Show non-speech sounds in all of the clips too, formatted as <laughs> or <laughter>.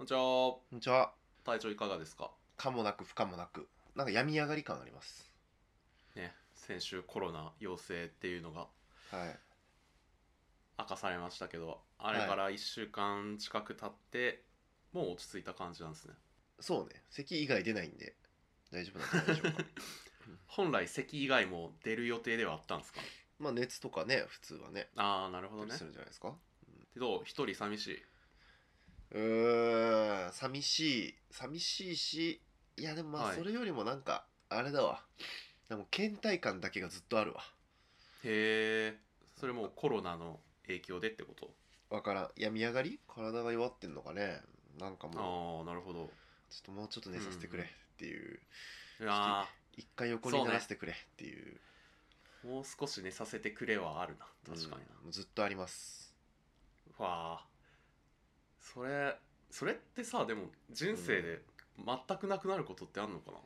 んにちはこんにちは。体調いかがですかかもなく不可もなく。なんか病み上がり感あります。ね先週コロナ陽性っていうのがはい。明かされましたけどあれから1週間近く経って、もう落ち着いた感じなんですねそうね。咳以外出ないんで、大丈夫なんじゃないで <laughs> しょうか。本来咳以外も出る予定ではあったんですかまあ熱とかね、普通はね、ああなるほ出どねたりするんじゃないですか。でどう一人寂しいうーん、寂しい、寂しいし、いやでもまはあいそれよりもなんか、あれだわ。でも倦怠感だけがずっとあるわ。へえそれもうコロナの影響でってことわからん。病み上がり体が弱ってんのかね。なんかもああなるほどう、ちょっともうちょっと寝させてくれっていう、いや一回横にならせてくれっていう。ーもう少し寝させてくれはあるな確かにな、うんずっとあります。わあそれそれってさでも人生で全くなくなることってあんのかな、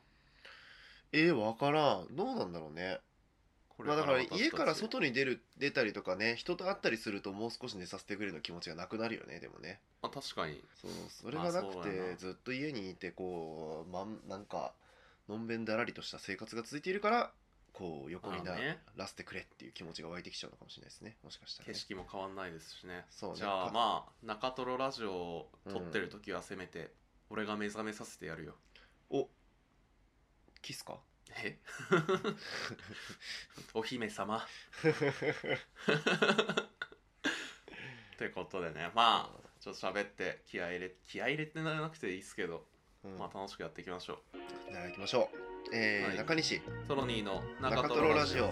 えー、わからん。どうなんだろうね。これまあだから私たち家から外に出る出たりとかね、人と会ったりするともう少し寝させてくれの気持ちがなくなるよね、でもね。あ確かにそう、それがなくまあそうだてなずっと家にいてこう、まんなんかのんべんだらりとした生活が続いているから、こう横になまあねらせてくれっていう気持ちが湧いてきちゃうのかもしれないですね。もしかしたら景ね。色も変わんないですしねそうねじゃあかまあ中トロラジオを撮ってる時はせめて俺が目覚めさせてやるよ、お、キスか。 <laughs> えお姫様ってことでねまあちょっと喋って気合い入れ気合い入れてならなくていいっすけど、 <laughs> うん、まあ楽しくやっていきましょうじゃあ行きましょう。えーはい中西トロニーの中トロラジオ。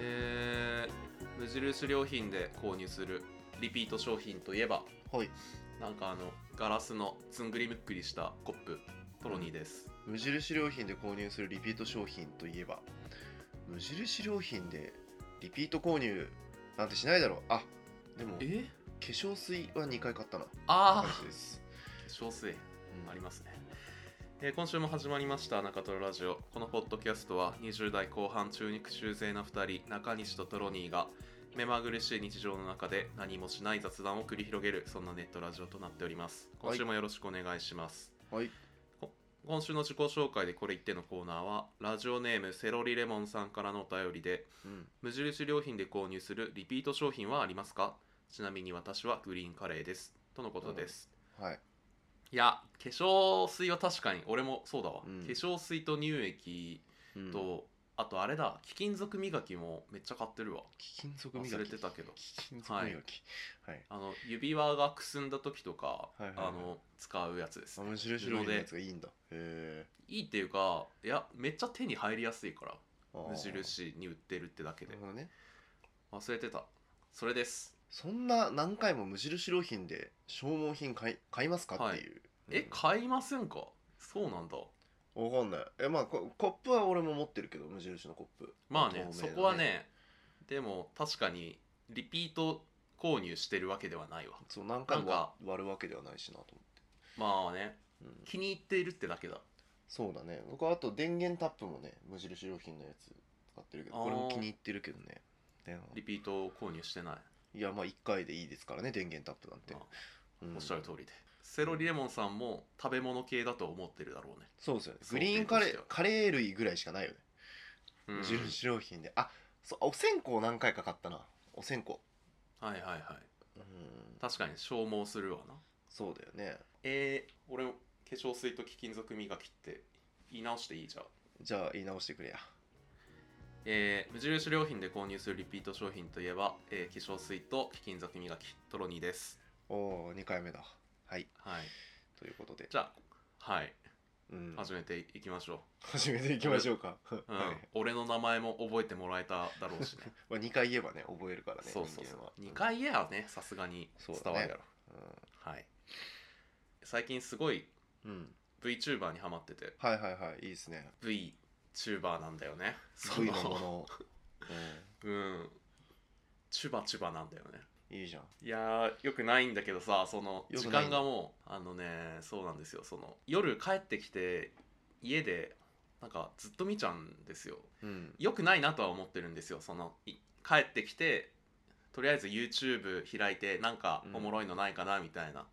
えー無印良品で購入するリピート商品といえばはい。なんかあのガラスのずんぐりむっくりしたコップトロニーです、無印良品で購入するリピート商品といえば無印良品でリピート購入なんてしないだろうあでも化え粧水は2回買ったなあ話あです、少数うんありますね、えー今週も始まりました中トロラジオこのポッドキャストは20代後半中肉中背な2人中西とトロニーが目まぐるしい日常の中で何もしない雑談を繰り広げるそんなネットラジオとなっております今週もよろしくお願いします、はい今週の自己紹介でこれ言ってのコーナーはラジオネームセロリレモンさんからのお便りでうん無印良品で購入するリピート商品はありますかちなみに私はグリーンカレーですとのことです、はいいや化粧水は確かに俺もそうだわ、うん化粧水と乳液うんと、あとあれだ貴金属磨きもめっちゃ買ってるわ貴金属磨き忘れてたけど貴金属磨きはい、あの指輪がくすんだ時とか、はいはいはいあの使うやつですあ無印良品のやつがいいんだへいいっていうかいやめっちゃ手に入りやすいからえ無印に売ってるってだけなでるほどね忘れてたそれですそんな何回も無印良品で消耗品買い買いますかっていう、えうん買いませんかそうなんだわかんないえまあココップは俺も持ってるけど無印のコップまあね透明そなこはねでも確かにリピート購入してるわけではないわそう何回なんかも割るわけではないしなと思まあねって、うん気に入っているってだけだそうだね僕はあと電源タップもね無印良品のやつ使ってるけどあーこれも気に入ってるけどねでもリピート購入してない、いやまあ1回でいいですからね電源タップなんてまあ、うんおっしゃる通りで、セロリレモンさんも食べ物系だと思ってるだろうね、そうですよね想グ定リーンカレとしてーはカレー類ぐらいしかないよね、うん無印良品であそうお線香何回か買ったなお線香はいはいはいうん確かに消耗するわなそうだよねえー、俺化粧水と貴金属磨きって言い直していいじゃんじゃあ言い直してくれやえー無印良品で購入するリピート商品といえば、えー化粧水と貴金属磨きトロニーですおお2回目だはいはいということで、じゃあはいうん、始めていきましょ始めていきましょうか、う、うん <laughs> はい俺の名前も覚えてもらえただろうしねまあ、2回言えばね覚えるからねそうそうそう2人間は回言えばねさすがにそうだね伝わるやろ、はい最近すごいうん、うん、 VTuber にハマっててはいはいはいいいですね VTuber なんだよね <laughs> すごいなものそのを、うんチュバチュバなんだよねいいじゃんいやーよくないんだけどさそのよ時くない間がもうあのねそうなんですよその夜帰ってきて家でなんかずっと見ちゃうんですようんよくないなとは思ってるんですよそのい帰ってきてとりあえず YouTube 開いてなんかおもろいのないかなみたいな、あ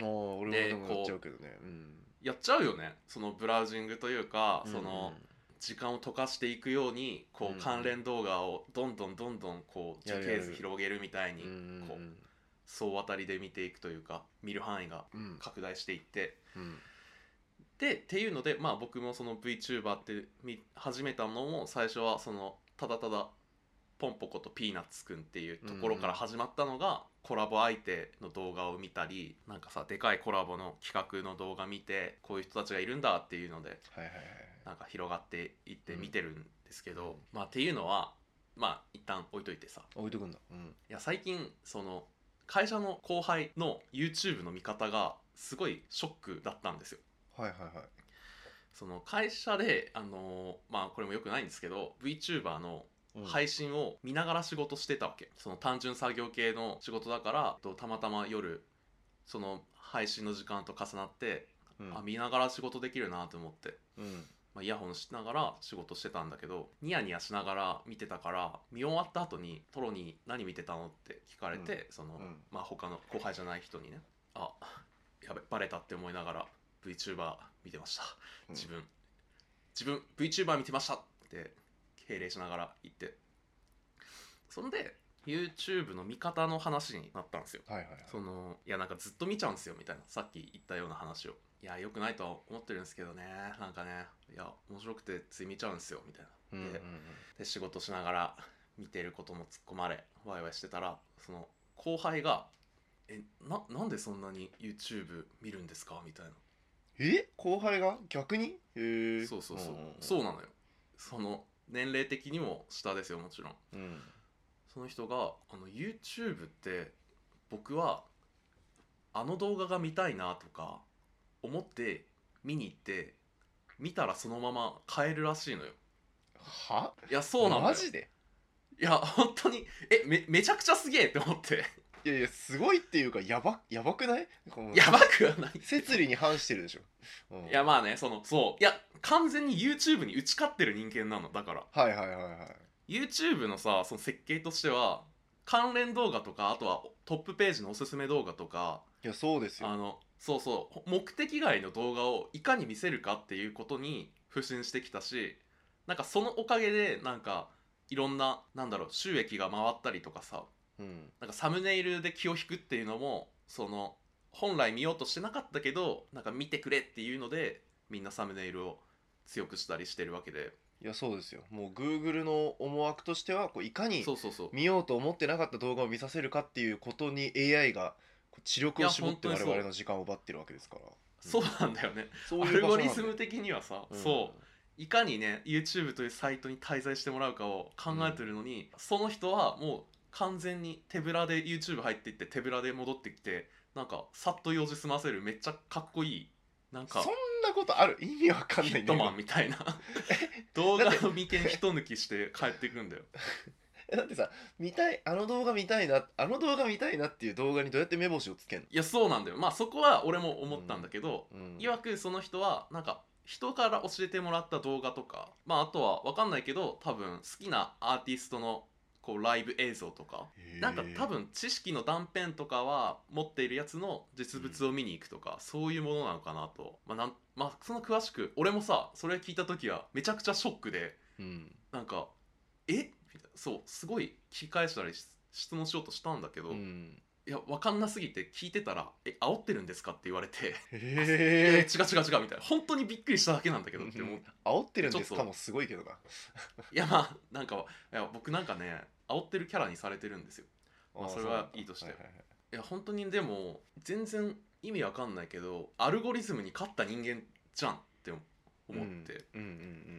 あ俺もででもやっちゃこうけどねうんやっちゃうよねそのブラウジングというかそのうん時間を溶かしていくようにこうんう関連動画をどんどんどんどんこう樹やるやる形図広げるみたいにうんこう総当たりで見ていくというか見る範囲がうん拡大していってうんでっていうのでまあ僕もその VTuber って見始めたのも最初はそのただただポンポコとピーナッツくんっていうところから始まったのが、コラボ相手の動画を見たりなんかさでかいコラボの企画の動画見てこういう人たちがいるんだっていうのではいはいはいなんか広がっていってうん見てるんですけど、まあっていうのはまあ一旦置いといてさ置いとくんだうんいや最近その会社の後輩の YouTube の見方がすごいショックだったんですよ。はいはいはいその会社であのーまあこれも良くないんですけど VTuber のうん配信を見ながら仕事してたわけ、その単純作業系の仕事だからとたまたま夜その配信の時間と重なって、うんあ見ながら仕事できるなと思って、うんまあ、イヤホンしながら仕事してたんだけどニヤニヤしながら見てたから見終わった後にトロに何見てたのって聞かれて、その、うんまあ他の後輩じゃない人にねあやべバレたって思いながら VTuber 見てましたうん自分、自分 VTuber 見てましたって敬礼しながら言ってそんで YouTube の見方の話になったんですよはいはいはいそのいやなんかずっと見ちゃうんですよみたいなさっき言ったような話をいや良くないとは思ってるんですけどねなんかねいや面白くてつい見ちゃうんですよみたいなうんうんうんで仕事しながら見てることも突っ込まれワイワイしてたらその後輩が「えななんでそんなに YouTube 見るんですか?」みたいなえ後輩が逆にへえそうそうそう、んんんそうなのよその年齢的にも下ですよもちろんうんその人があの YouTube って僕はあの動画が見たいなとか思って見に行って見たらそのまま変えるらしいのよはいやそうなのよマジでいや本当にえめめちゃくちゃすげえって思っていやいやすごいっていうかやばやばくないこのやばくはない摂理に反してるでしょ、うんいやまあねそのそういや完全に YouTube に打ち勝ってる人間なのだからはいはいはいはい YouTube のさその設計としては関連動画とかあとはトップページのおすすめ動画とかいやそうですよあのそうそうほ目的外の動画をいかに見せるかっていうことに不信してきたしなんかそのおかげでなんかいろんななんだろう収益が回ったりとかさうんなんかサムネイルで気を引くっていうのもその本来見ようとしてなかったけどなんか見てくれっていうのでみんなサムネイルを強くしたりしてるわけでいやそうですよもう Google の思惑としてはこういかにそうそうそう見ようと思ってなかった動画を見させるかっていうことに AI がこう知力を絞っていや本当に我そう々の時間を奪ってるわけですからそうなんだよねそうアいうル場所ゴなリんでズム的にはさ、うんそういかにね YouTube というサイトに滞在してもらうかを考えてるのに、その人はもう完全に手ぶらで YouTube 入っていって手ぶらで戻ってきてなんかさっと用事済ませるめっちゃかっこいいなんそかんなことある意味わかんないヒんだけットどマンみたいな <laughs> 動画の眉間一抜きして帰ってくんだよだってさ見たいあの動画見たいなあの動画見たいなっていう動画にどうやって目星をつけんの、いやそうなんだよまあそこは俺も思ったんだけど、うん、いわくその人はなんか人から教えてもらった動画とかまああとは分かんないけど多分好きなアーティストのこうライブ映像とかへーなんか多分知識の断片とかは持っているやつの実物を見に行くとか、そういうものなのかなとまあなん、まあ、その詳しく俺もさそれ聞いた時はめちゃくちゃショックでうんなんか「えみたいなそうすごい聞き返したりし質問しようとしたんだけど、ういんや分かんなすぎて聞いてたら「え煽ってるんですか?」って言われて「えへえ違う違う違う」みたいな本当にびっくりしただけなんだけどって思う煽ってるんでちょすっとかもすごいけどないやまあなんかいや僕なんかね煽ってるキャラにされてるんですよまあーそれうなんだはいいとしてははいはいいや本当にでも全然意味わかんないけどアルゴリズムに勝った人間じゃんって思って、うんうんう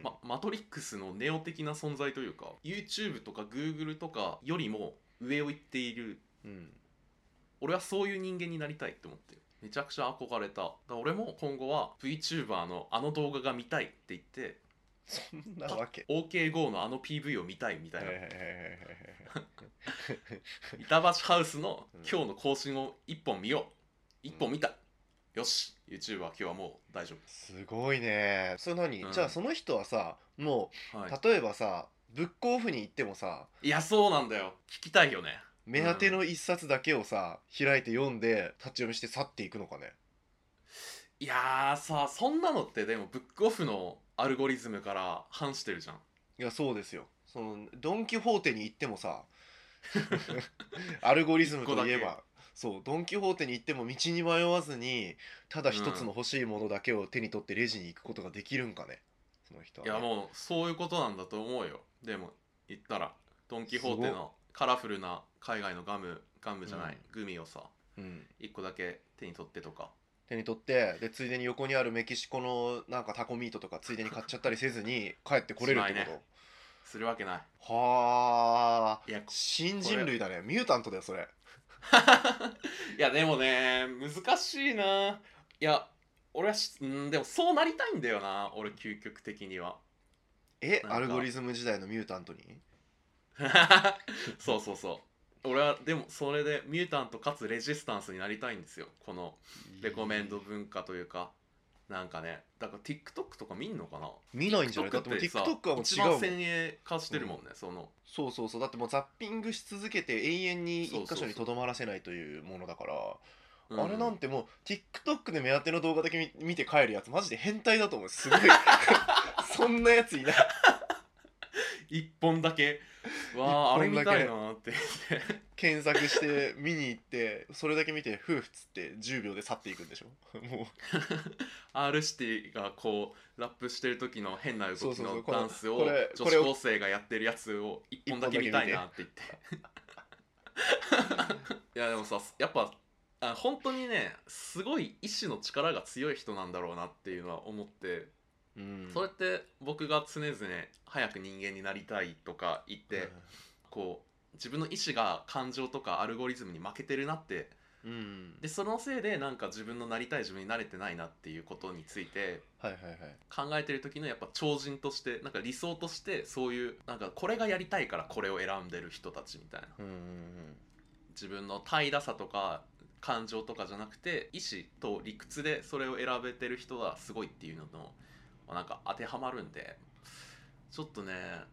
んま、マトリックスのネオ的な存在というか YouTube とか Google とかよりも上を行っているうん、俺はそういう人間になりたいって思ってるめちゃくちゃ憧れただから俺も今後は VTuber のあの動画が見たいって言ってそんなわけ。 OKGO のあの PV を見たいみたはいいなはいはいはいはいはい板橋ハウスのうん今日の更新を1本見よう1う本ん見た、よし YouTube は今日はもう大丈すごいね。それ何、うんじゃあその人はさ、も夫、はう例えばさ、ブックオフに行ってもさ、い、いやそうなんだよ聞きたいよね目当ての一冊だけをさ、開いて読んで立ち読みして去っていくのかね。いやーさそんなのってでもブックオフのアルゴリズムから反してるじゃんいやそうですよ。そのドン・キホーテに行って <laughs> もさ、 <laughs> アルゴリズムといえ一個だば、そうドン・キホーテに行っても道に迷わずに、ただ一つの欲しいものだけを手に取ってレジに行くことができるんかね。その人は、いね。やもうそういうことなんだと思うよでも言ったらドン・キホーテすごのカラフルな海外のガムガムじゃない、グミをさうん。 1個だけ手に取ってとか手に取ってでついでに横にあるメキシコのなんかタコミートとかついでに買っちゃったりせずに帰ってこれるってしこなと、いするわけないはあいやこ新人類だねミュータントだよそれいやでもね難しいないや俺はしうんでもそうなりたいんだよな俺究極的にはえなんかアルゴリズム時代のミュータントに <laughs> そうそうそう俺はでもそれでミュータントかつレジスタンスになりたいんですよこのレコメンド文化というかなんかねだから TikTok とか見んのかな見ないんじゃない TikTok だってもうってさ TikTok はもう一違うも番ん先鋭化してるもんね、そのそうそうそうだってもうザッピングし続けて永遠にそう一そうそう箇所にとどまらせないというものだからうあれなんてもう TikTok で目当ての動画だけ見見て帰るやつマジで変態だと思 <laughs> うすごいそんなやついない一本だけわああれ <laughs> 一本見だけたいなーって言って検索して見に行ってそれだけ見てふうっつって10秒で去っていくんでしょ <laughs> も R シティがこうラップしてる時の変なそ動うきそうそうのこのダンスをこれ女これ子を高生がやってるやつを一本だけ見たいなって言って <laughs> いやでもさやっぱあ本当にねすごい意志の力が強い人なんだろうなっていうのは思ってう、うんそれって僕が常々早く人間になりたいとか言って、こう自分の意志が感情とかアルゴリズムに負けてるなってうん、うんでそのせいでなんか自分のなりたい自分になれてないなっていうことについてはいはいはい考えてる時のやっぱ超人としてなんか理想としてそういうなんかこれがやりたいからこれを選んでる人たちみたいなうんうんうん自分の怠惰さとか感情とかじゃなくて意志と理屈でそれを選べてる人はすごいっていうののなんか当てはまるんでちょっとね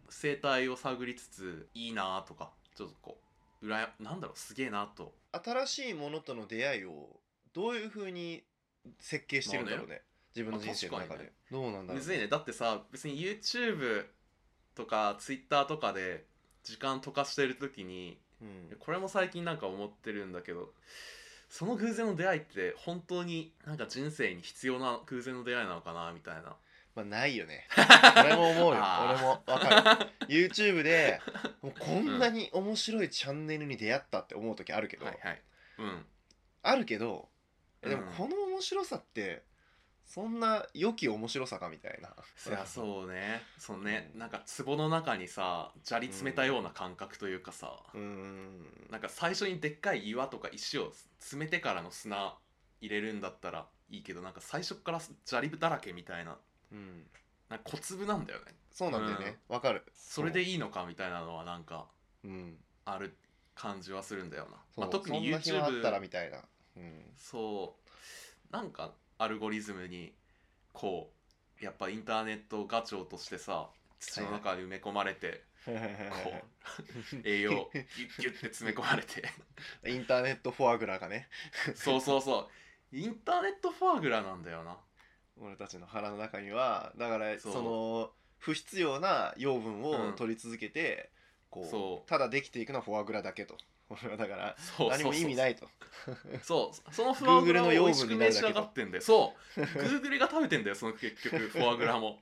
生態を探りつついいなとかちょっとこううらやなんだろうすげえなと新しいものとの出会いをどういうふうに設計してるんだろうね,、自分の人生の中で、まあどうなんだろむうずいねだってさ別に YouTube とか Twitter とかで時間溶かしてる時にうん、これも最近なんか思ってるんだけどその偶然の出会いって本当になんか人生に必要な偶然の出会いなのかなみたいなまあないよ <laughs> ね俺も思うよあー俺もわかる <laughs> YouTube でもうこんなに面白いチャンネルに出会ったって思う時あるけど、はいはいうんあるけどえでもうんこの面白さってそんな良き面白さかみたいなそりゃそうねそのねうんなんか壺の中にさ砂利詰めたような感覚というかさ、うーんなんか最初にでっかい岩とか石を詰めてからの砂入れるんだったらいいけどなんか最初から砂利だらけみたいなうんなんか小粒なんだよねそうなんだよねわ、かるそれでいいのかみたいなのはなんかうんある感じはするんだよな、そうまあ、特にそんな暇あったら YouTube みたいなうんそうなんかアルゴリズムにこうやっぱインターネットガチョウとしてさ土の中に埋め込まれて、こう栄養ギュッギュッて詰め込まれて <laughs> インターネットフォアグラがねそうそうそうインターネットフォアグラなんだよな俺たちの腹の中にはだからそうその不必要な養分うをん取り続けて、こそうただできていくのはフォアグラだけと <laughs> 俺はだからそう何も意味ないいとそうそのフォアグラ Google をの美養分味しく召し上がってんだよそう Google が食べてんだよその結局フォアグラも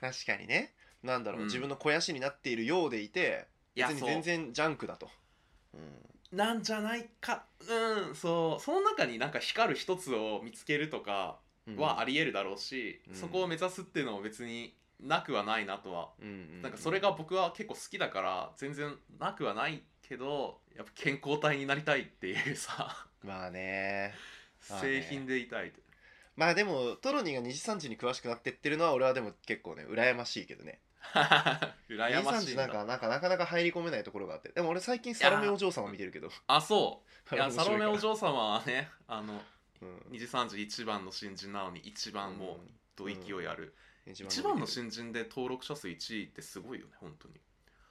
確かにねなんだろうう、ん自分の肥やしになっているようでいていや別にそう全然ジャンクだと、うん、なんじゃないかうんそうその中になんか光る一つを見つけるとかはありえるだろうし、うんそこを目指すっていうのも別になくはないなとは、うんうんなんかそれが僕は結構好きだから全然なくはないけどやっぱ健康体になりたいっていうさまあねまあね <laughs> 製品でいたいと、まあでもトロニーが2次3次に詳しくなってってるのは俺はでも結構ね羨ましいけどね2羨次ま3しい次ななんかなんかなかなか入り込めないところがあってでも俺最近サロメお嬢様見てるけどあそういあやれサ面白ロメいからお嬢様はねあのうん二次三次一番の新人なのに一番もうど勢いある、一一番の伸びてる新人で登録者数1位ってすごいよね本当に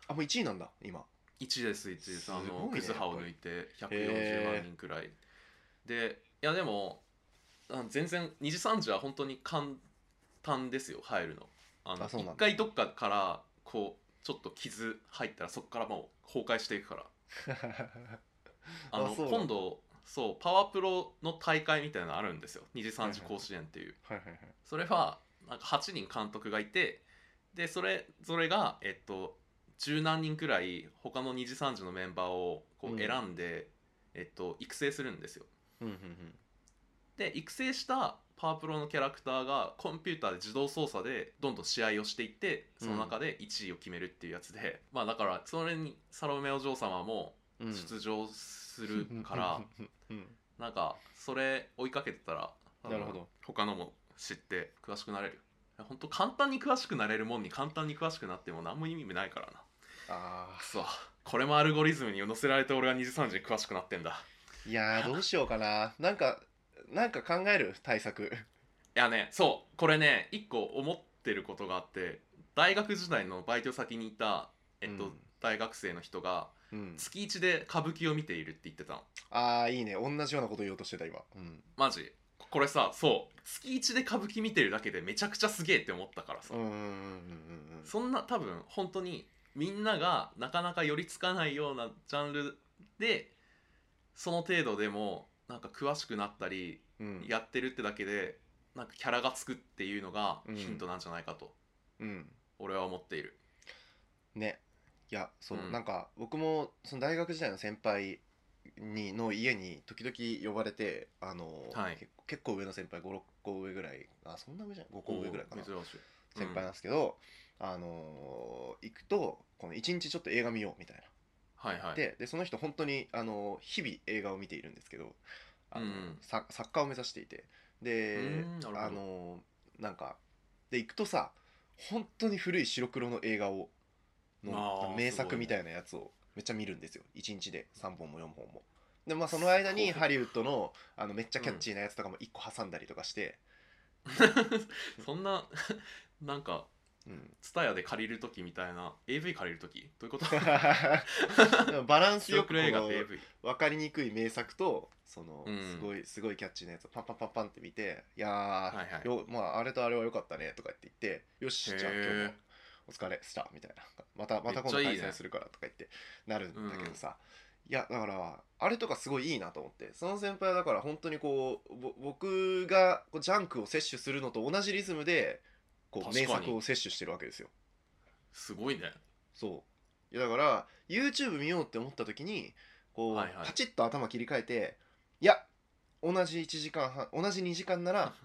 あもう1位なんだ <laughs> 今1位です1位ですあすごいのねクズハを抜いて140へー万人くらいでいやでもあ全然二次三次は本当に簡単ですよ入るのあのあそうなんだ一回どっかからこうちょっと傷入ったらそこからもう崩壊していくからあのあそうなんだ今度そうパワープロの大会みたいなのあるんですよ二次三次はいはい甲子園っていうはいはいはい。それはなんか8人監督がいてでそれぞれがえっと十何人くらい他の二次三次のメンバーをこううん選んで、えっと、育成するんですようんうんうん。で育成したパワープロのキャラクターがコンピューターで自動操作でどんどん試合をしていってその中で1位を決めるっていうやつで、まあだからそれにサロメお嬢様もうん出場するから、 <laughs> うんうんなんかそれ追いかけてたら多分なるほど他のも知って詳しくなれる本当簡単に詳しくなれるもんに簡単に詳しくなっても何も意味ないからなあくそこれもアルゴリズムに乗せられて俺は2時3時に詳しくなってんだーいやーどうしようかななんかなんか考える対策いやねそうこれね一個思ってることがあって大学時代のバイト先にいた、えっとうん大学生の人がうん月1で歌舞伎を見ているって言ってたのああいいね同じようなこと言おうとしてた今うんマジこれさそう月1で歌舞伎見てるだけでめちゃくちゃすげえって思ったからさ、うんうんうんうんうんそんな多分本当にみんながなかなか寄りつかないようなジャンルでその程度でもなんか詳しくなったりうんやってるってだけでなんかキャラがつくっていうのがうんヒントなんじゃないかとうん俺は思っている。ねいやそう、うんなんか僕もその大学時代の先輩にの家に時々呼ばれてあのー、はい結構結構上の先輩56個上ぐらいあそんな上じゃない5個上ぐらいかなおー珍しい先輩なんですけど、あのー行くとこの1日ちょっと映画見ようみたいな、はいはい。ででその人本当に、あのー日々映画を見ているんですけどあのー、うんさ作家を目指していてうでーんなるほどあのーなんかで行くとさ本当に古い白黒の映画をあのー名すご作いねみたいなやつをめっちゃ見るんですよ1日で3本も4本も。でまあ、その間にハリウッドのあのめっちゃキャッチーなやつとかも1個挟んだりとかして、そんな <laughs> なんかうん、 <laughs> <laughs> ツタヤで借りる時みたいな AV 借りる時どういうことでもバランス記よく憶こ映画っのて AV。分かりにくい名作とその、うんすごいすごいキャッチーなやつをパンパンパンパンって見て「いやー、はいはいよまあ、あれとあれは良かったね」とか言って言って「よしへーじゃあ今日もお疲れした」みたいな「またまた今度めっちゃいい開ね催するから」とか言ってなるんだけどさ、いやだからあれとかすごいいいなと思ってその先輩はだから本当にこうぼ僕がこうジャンクを摂取するのと同じリズムでこう確かに名作を摂取してるわけですよ。すごいね。 <laughs> そういやだから YouTube 見ようって思った時にこう、はいはいパチッと頭切り替えていや同じ1時間半同じ2時間なら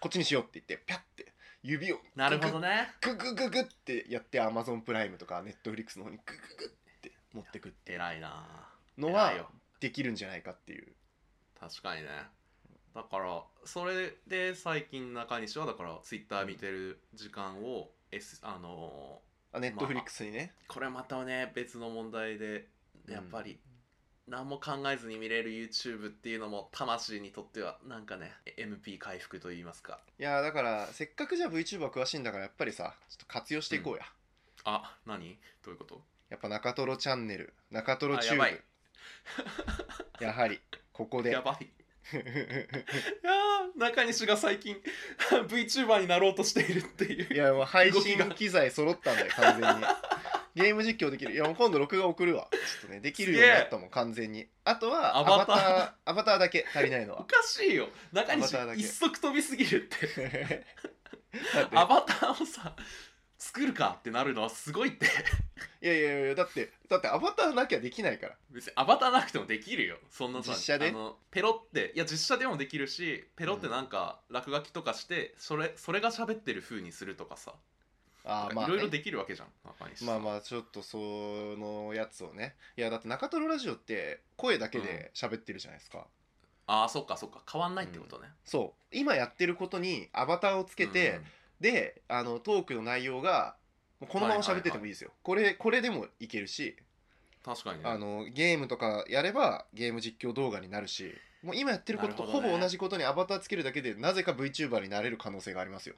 こっちにしようって言ってピャッて指をなるほどねね。グググググってやって Amazon プライムとか Netflix の方にグググって持ってくって偉いな。のは偉いよできるんじゃないかっていう確かにねだからそれで最近中西はだからツイッター見てる時間を、S あのあ Netflix にね、ーこれまたね別の問題でうんやっぱり何も考えずに見れる YouTube っていうのも魂にとってはなんかね MP 回復といいますかいやだからせっかくじゃあ VTuber 詳しいんだからやっぱりさちょっと活用していこうや、あ何どういうことやっぱ中トロチャンネル中トロチューあやばいブやはりここでやばいいやー中西が最近 <laughs> VTuber になろうとしているっていう <laughs> いやもう配動き信が機材揃ったんだよ完全にゲーム実況できるいやもう今度録画送るわちょっとねできるようになったもん完全にあとはアアバタバターーアバターだけ足りないのお <laughs> はかしいよ中西アバターだけ一足飛びすぎるってだってアバターをさ作るかってなるのはすごいって <laughs> いやいやいやだってだってアバターなきゃできないから別にアバターなくてもできるよそんなさ実写であのペロっていや実写でもできるしペロってなんか落書きとかしてそれそれが喋ってる風にするとかさあーまあ、いろいろねできるわけじゃん中西まあまあちょっとそのやつをねいやだって中トロラジオって声だけで喋ってるじゃないですか、ああそっかそっか変わんないってことね、そう今やってることにアバターをつけて、うんであのトークの内容がもうこのまま喋っててもいいですよ、これこれでもいけるし、確かにねあのゲームとかやればゲーム実況動画になるしもう今やってることとなるほほどねぼ同じことにアバターつけるだけでなぜか VTuber になれる可能性がありますよ、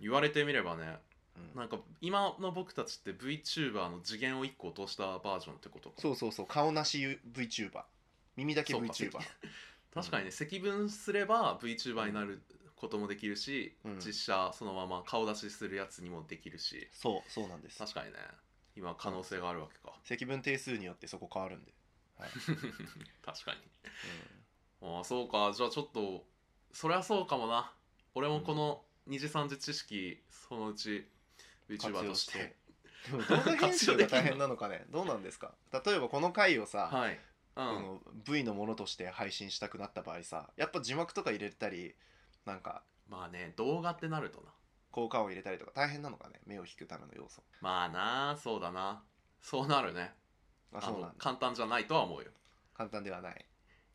言われてみればねうんなんか今の僕たちって VTuber の次元を一個落としたバージョンってことかそうそうそう顔なし VTuber 耳だけそうか VTuber 確かにね積分すれば VTuber になることもできるし、うん実写そのまま顔出しするやつにもできるしそうそうなんです確かにね今可能性があるわけか <laughs> 積分定数によってそこ変わるんで、はい確かにああそうかじゃあちょっとそりゃそうかもな俺もこの二次三次知識そのうちうん VTuber としてでも動画編集が大変なのかね <laughs> どうなんですか例えばこの回をさ、はい、うこん、の V のものとして配信したくなった場合さやっぱ字幕とか入れたりなんかまあね動画ってなるとな効果音入れたりとか大変なのかね目を引くための要素まあなあそうだなそうなるねああそうなのんだ簡単じゃないとは思うよ簡単ではない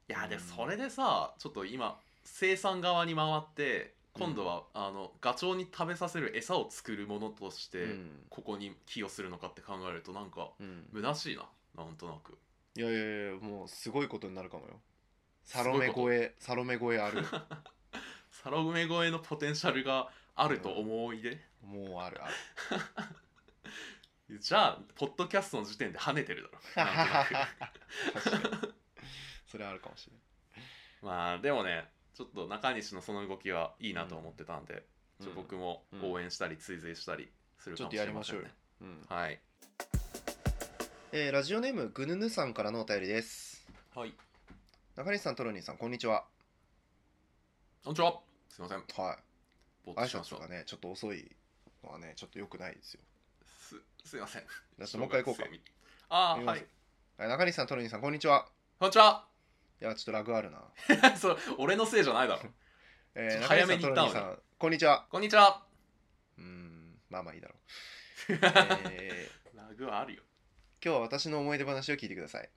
いやでうんそれでさちょっと今生産側に回って今度は、あのガチョウに食べさせる餌を作るものとしうて、ん、ここに寄与するのかって考えるとなんかうん、虚しいななんとなくいやいやいやもうすごいことになるかもよすごサいロメこと超えサロメ超え <laughs> あるサロメ越えのポテンシャルがあると思いで、もうあるあるじゃあポッドキャストの時点で跳ねてる <laughs> だろなんとな <laughs> く確かにそれはあるかもしれないまあでもねちょっと中西のその動きはいいなと思ってたんで、ちょうん僕も応援したり追随したりするかもしれませんね、ちょっとやりましょうようんはいえーラジオネームぐぬぬさんからのお便りですはい中西さんトロニーさんこんにちはこんにちはすいませんはぼいー挨っとしまし拶たがねちょっと遅いのはねちょっと良くないですよすすいませんだってもう一回行こうか正月休みあ見ーまはすいはい中西さんトロニーさんこんにちはこんにちは <laughs> いやちょっとラグあるな、それ俺のせいじゃないだろえー、ちょっと中西早さめんにト言ロっニたのーにさんこんにちはこんにちはうーんまあまあいいだろう、ラえーグはあるよ今日は私の思い出話を聞いてください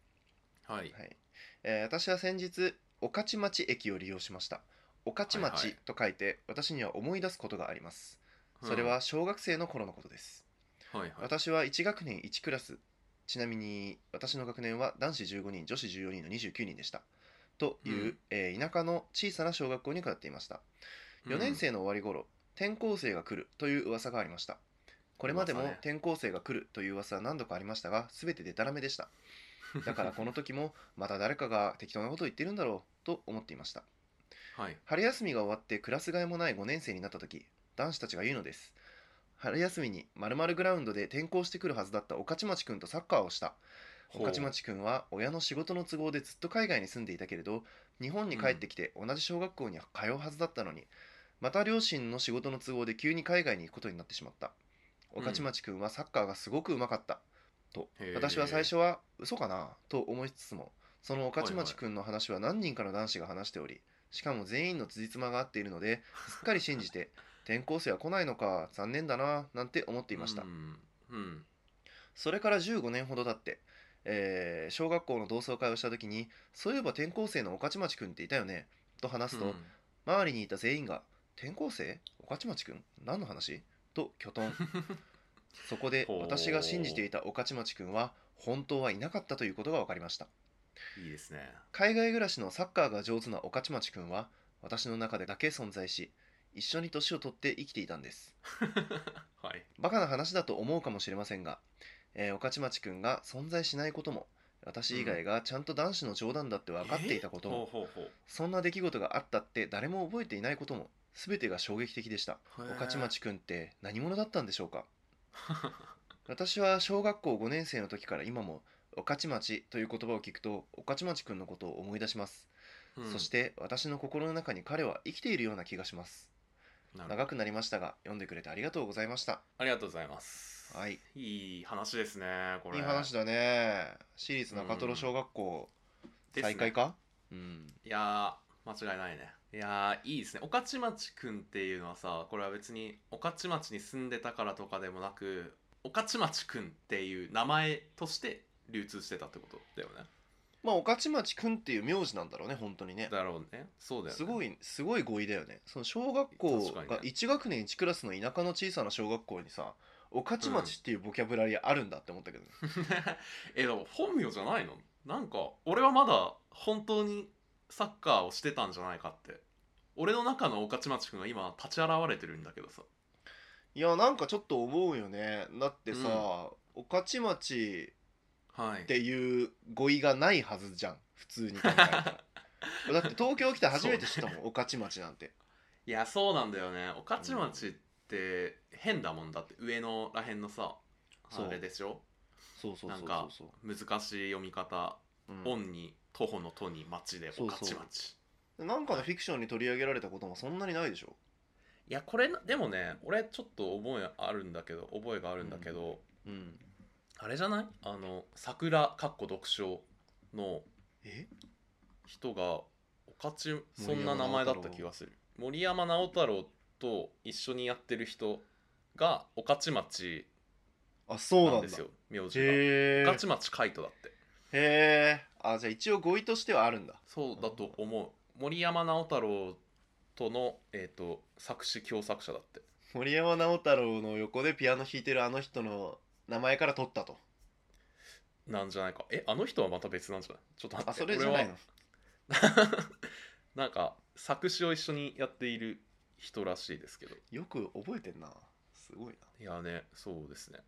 はいはいえー私は先日御徒町駅を利用しました御徒はいは町いと書いて、私には思い出すことがありますそれは小学生の頃のことです、うんはいはい私は1学年1クラスちなみに私の学年は男子15人女子14人の29人でしたという、うんえー田舎の小さな小学校に通っていました4年生の終わり頃、転校生が来るという噂がありましたこれまでも噂ね転校生が来るという噂は何度かありましたが全てでたらめでした <laughs> だからこの時もまた誰かが適当なことを言ってるんだろうと思っていましたうんはい春休みが終わってクラス替えもない5年生になった時男子たちが言うのです春休みに〇〇グラウンドで転校してくるはずだった御徒町くんとサッカーをした御徒町くんは親の仕事の都合でずっと海外に住んでいたけれど日本に帰ってきて同じ小学校に通うはずだったのに、また両親の仕事の都合で急に海外に行くことになってしまった御徒町くんはサッカーがすごくうまかった、とへー私は最初は嘘かなと思いつつもその御徒はいは町いくんの話は何人かの男子が話しておりしかも全員の辻褄が合っている <laughs> のですっかり信じて転校生は来ないのか残念だななんて思っていましたうん、うん、それから15年ほど経って、えー小学校の同窓会をした時にそういえば転校生の御徒町くんっていたよねと話すと、うん周りにいた全員が「転校生御徒町くん何の話?」とき <laughs> ょとんそこでほう私が信じていた御徒町くんは本当はいなかったということが分かりましたいいですね <laughs> 海外暮らしのサッカーが上手な御徒町くんは私の中でだけ存在し一緒に年を取って生きていたんですはいバカな話だと思うかもしれませんが、えー、御徒町くんが存在しないことも私以外がちゃんと男子の冗談だって分かっていたことほも、うほうほうそんな出来事があったって誰も覚えていないことも全てが衝撃的でしたへ御ー徒町くんって何者だったんでしょ <laughs> うか私は小学校5年生の時から今も御徒町という言葉を聞くと御徒町くんのことを思い出します、うんそして私の心の中に彼は生きているような気がしますなるほど長くなりましたが読んでくれてありがとうございましたありがとうございますはいいい話ですねこれいい話だね私立中トロ小学校ですね再開か、うんいやー間違いないねいやーいいですね御徒町くんっていうのはさこれは別に御徒町に住んでたからとかでもなく御徒町くんっていう名前として流通してたってことだよねまあ御徒町くんっていう名字なんだろうね本当にねだろうねそうだよねすごいすごい語彙だよねその小学校確かがにね1学年1クラスの田舎の小さな小学校にさ御徒町っていうボキャブラリーあるんだって思ったけどね、 <laughs> えでも本名じゃないのなんか俺はまだ本当にサッカーをしてたんじゃないかって俺の中の御徒町君が今立ち現れてるんだけどさいやなんかちょっと思うよねだってさ御徒町はいっていう語彙がないはずじゃん普通に考え <laughs> たらだって東京来て初めて知ったもん御徒町なんていやそうなんだよね御徒町って変だもんだって上のらへんのさそうあれでしょそうそうそうなんそうか難しい読み方うん「音」に「徒歩の「徒」に「町」で御そうそう徒町なんかのフィクションに取り上げられたこともそんなにないでしょ、いやこれでもね俺ちょっと覚えあるんだけど覚えがあるんだけど、うん、あれじゃないあの桜かっこ読書のえ人が御徒そ森んな山名前だった直太朗気がする森山直太朗と一緒にやってる人が御徒町あそうななんんでだすよ名字が。へガえチマチカイトだってへえあじゃあ一応語彙としてはあるんだそうだと思う森山直太朗との、えー、と作詞共作者だって森山直太朗の横でピアノ弾いてるあの人の名前から取ったとなんじゃないかえあの人はまた別なんじゃないちょっと待ってあそれじゃないの俺は <laughs> なんか作詞を一緒にやっている人らしいですけどよく覚えてんなすごいないやねそうですねだ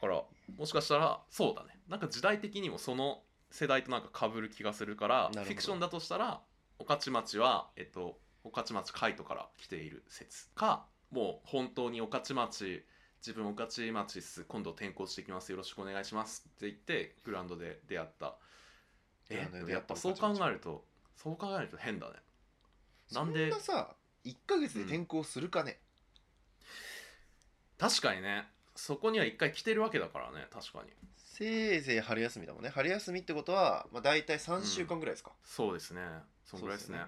からもしかしたらそうだねなんか時代的にもその世代となんか被る気がするからフなるほどィクションだとしたら御徒町はえっと御徒町カイトから来ている説かもう本当に御徒町自分御徒町っす今度転校してきますよろしくお願いしますって言ってグラウンドで出会ったグラウえンドでで出もや会ったっぱそう御徒考町えるとそう考えると変だねなんそんでなさ1ヶ月で転校するかね、確かにねそこには一回来てるわけだからね確かにせいぜい春休みだもんね春休みってことは、まあ、大体3週間ぐらいですか、そうですね。そんぐらいですね。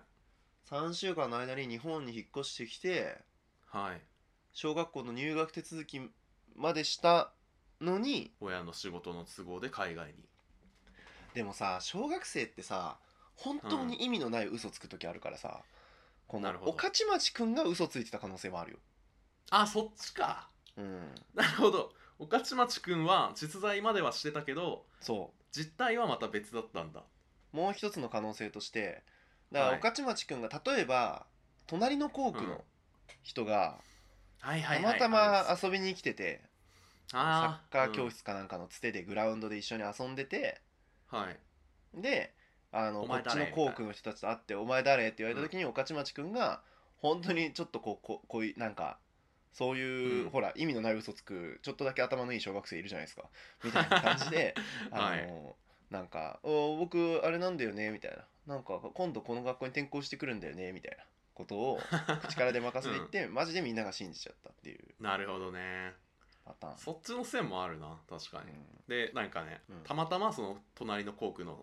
そう3週間の間に日本に引っ越してきてはい。小学校の入学手続きまでしたのに親の仕事の都合で海外に。でもさ小学生ってさ本当に意味のない嘘つく時あるからさ、こなのるほど御徒町くんが嘘ついてた可能性もあるよあ、そっちか。 <laughs> うんなるほど。御徒町くんは実在まではしてたけど、そ実態はまた別だったんだ。うもう一つの可能性としてだかはらい御徒町くんが例えば隣の校区うんの人がはいはたいはまい。たまあ遊びに来てて、あサッカー教室。室かなんかのつてでグラウンドで一緒に遊んでてうんはい。であおのこっ前ち誰の校区の人たちと会って「お前誰?」って言われた時に御徒町くんが本当にちょっとこうここういうなんかそういう、うんほら意味のない嘘つくちょっとだけ頭のいい小学生いるじゃないですかみたいな感じ <laughs> ではあい。の、なんか「お僕あれなんだよね」みたいな「なんか今度この学校に転校してくるんだよね」みたいなことを口からで任せて <laughs> いって、マジでみんなが信じちゃったっていうなるほどね。パターン。そっちの線もあるな、確かうに。んで、なんかねうん、たまたまその隣の校区の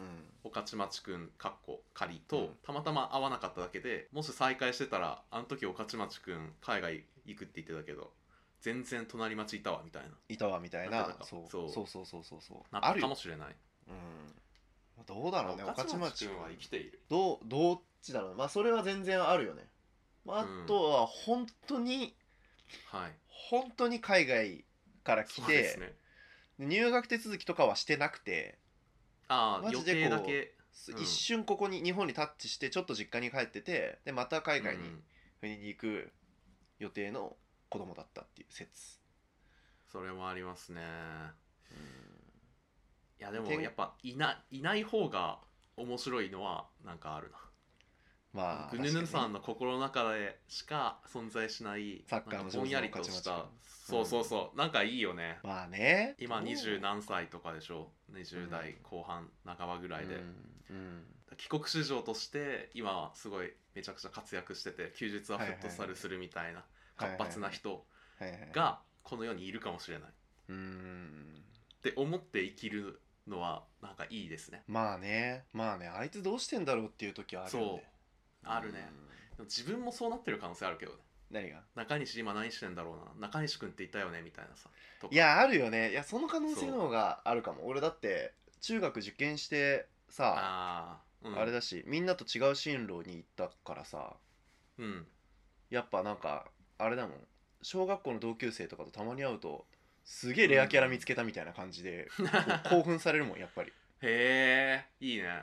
うん御徒町くんかっこ仮うんとたまたま会わなかっただけでもし再会してたらあの時御徒町くん海外行くって言ってたけど全然隣町いたわみたいいたわみたいななんかそうそうそうそうそうそうそうななあったるかよもしれないうん、どうだろうね御徒町くんはは生きているどうどっちだろうまあそれは全然あるよね、まあ、うんあとは本当にはい本当に海外から来そうて、ですねで入学手続きとかはしてなくてああマ予ジでこ定うだけすうん一瞬ここに日本にタッチしてちょっと実家に帰っててでまた海外にうん国に行く予定の子供だったっていう説、それもありますねうんいやでもてんやっぱいないない方が面白いのはなんかあるなまあぐぬぬさん確かにねの心の中でしか存在しないサッカーのなんかぼんやりと上手なし御徒た町そうそうそうなんかいいよねまあね今二十ぐ何歳とかでしょ20代後半半ばぐらいで、うんうん帰国子女として今はすごいめちゃくちゃ活躍してて休日はフットサルするみたいな活発な人はいはいはいがこの世にいるかもしれないっうんて思って生きるのはなんかいいですねまあねまあねあいつどうしてんだろうっていう時はあるよねそうあるねうんでも自分もそうなってる可能性あるけどね何が中西今何してんだろうな中西君っていたよねみたいなさとかいやあるよねいやその可能性の方があるかも俺だって中学受験してさああ、うん、あれだしみんなと違う進路に行ったからさうんやっぱなんかあれだもん小学校の同級生とかとたまに会うとすげえレアキャラ見つけたみたいな感じで、こう興奮されるもんやっぱりへえいいね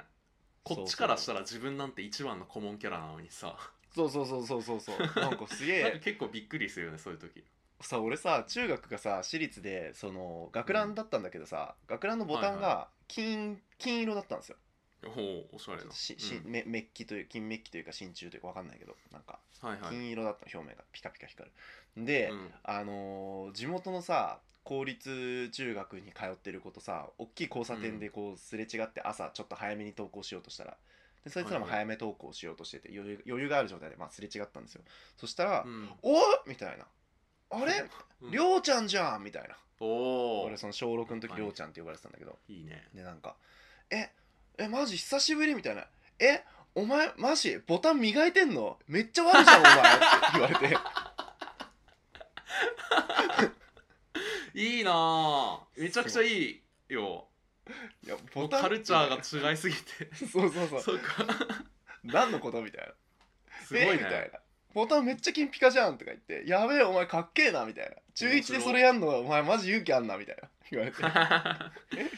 こっちからしたら自分なんて一番の顧問キャラなのにさ <laughs> そうそうそうそうそうそうなんかすげなんかえ結構びっくりするよねそういう時さ俺さ中学がさ私立でその学ランだったんだけどさ、学ランのボタンはが金,、金色だったんですよおおおしゃれなし、うしんめメッキという金メッキというか真鍮というかわかんないけどなんかはいはい、金色だったの表面がピカピカ光るで、うんあのー地元のさ公立中学に通ってる子とさ大きい交差点でこうすれ違って朝ちょっと早めに登校しようとしたらでそいつらもはいはい早め登校しようとしてて余裕余裕がある状態で、まあ、すれ違ったんですよそしたら「うんおっ!」みたいな「あれうんりょうちゃんじゃん!」みたいなおお俺その小6の時はいりょうちゃんって呼ばれてたんだけどいいねでなんか「ええマジ久しぶり」みたいな「えお前マジボタン磨いてんのめっちゃ悪いじゃんお前」って <laughs> 言われていいなあめちゃくちゃいいよいやもうカルチャーが違いすぎてそうそうそうそうか何のことみたいなすごいねえみたいなボタンめっちゃ金ピカじゃんとか言ってやべえお前かっけえなみたいな中1でそれやんのはお前マジ勇気あんなみたいな言われて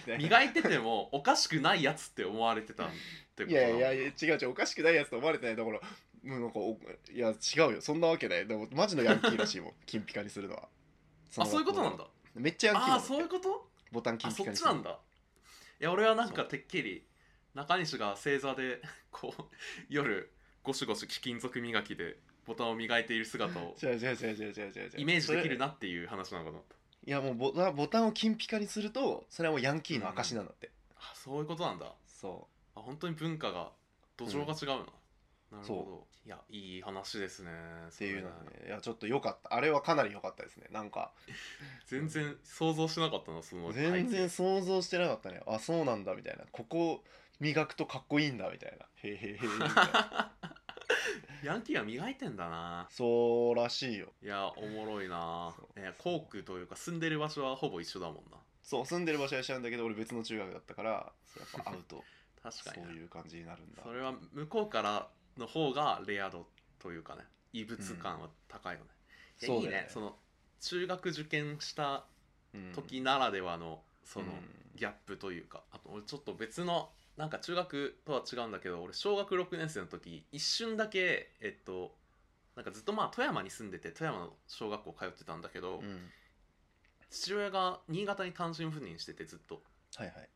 <laughs> えみたいな磨いててもおかしくないやつって思われてたってこいとなやのいやいや違う違うおかしくないやつと思われてないところもうなんかおいや違うよそんなわけないでもマジのヤンキー <laughs> らしいもん金ピカにするのはあそういうことなんだだめっちゃヤンキーあなあのそういうことボタンあ金ピそカっにちするなんだいや俺はなんそかうてっきり中西が正座で <laughs> こう夜ゴシゴシ貴金属磨きでボタンを磨いている姿を <laughs> 違う違う違う違う違う違うイメージできるななっていう話なのかなといやもうボタンボタンを金ピカにするとそれはもうヤンキーの証なんだって、あそういうことなんだそあ本当に文化が土壌が違うな、なるそうほどいやいい話ですねっうっていうのはねいやちょっと良かったあれはかなり良かったですねなんか全然想像しなかったなその背全然景想像してなかったねあそうなんだみたいなここ磨くとかっこいいんだみたいなへへへへみたい <laughs> なヤンキーは磨いてんだなそうらしいよいやおもろいなそ、うね、校区というか住んでる場所はほぼ一緒だもんなそう住んでる場所は一緒なんだけど俺別の中学だったからやっぱ会うと <laughs> 確そかになういう感じになるんだそれは向こうからの方がレア度というかね異物感は高いよね、いやそういいだよねその中学受験したうん時ならではの、その、うんギャップというかあと俺ちょっと別のなんか中学とは違うんだけど俺小学6年生の時一瞬だけえっとなんかずっとまあ富山に住んでて富山の小学校通ってたんだけど、うん父親が新潟に単身赴任しててずっとはいはい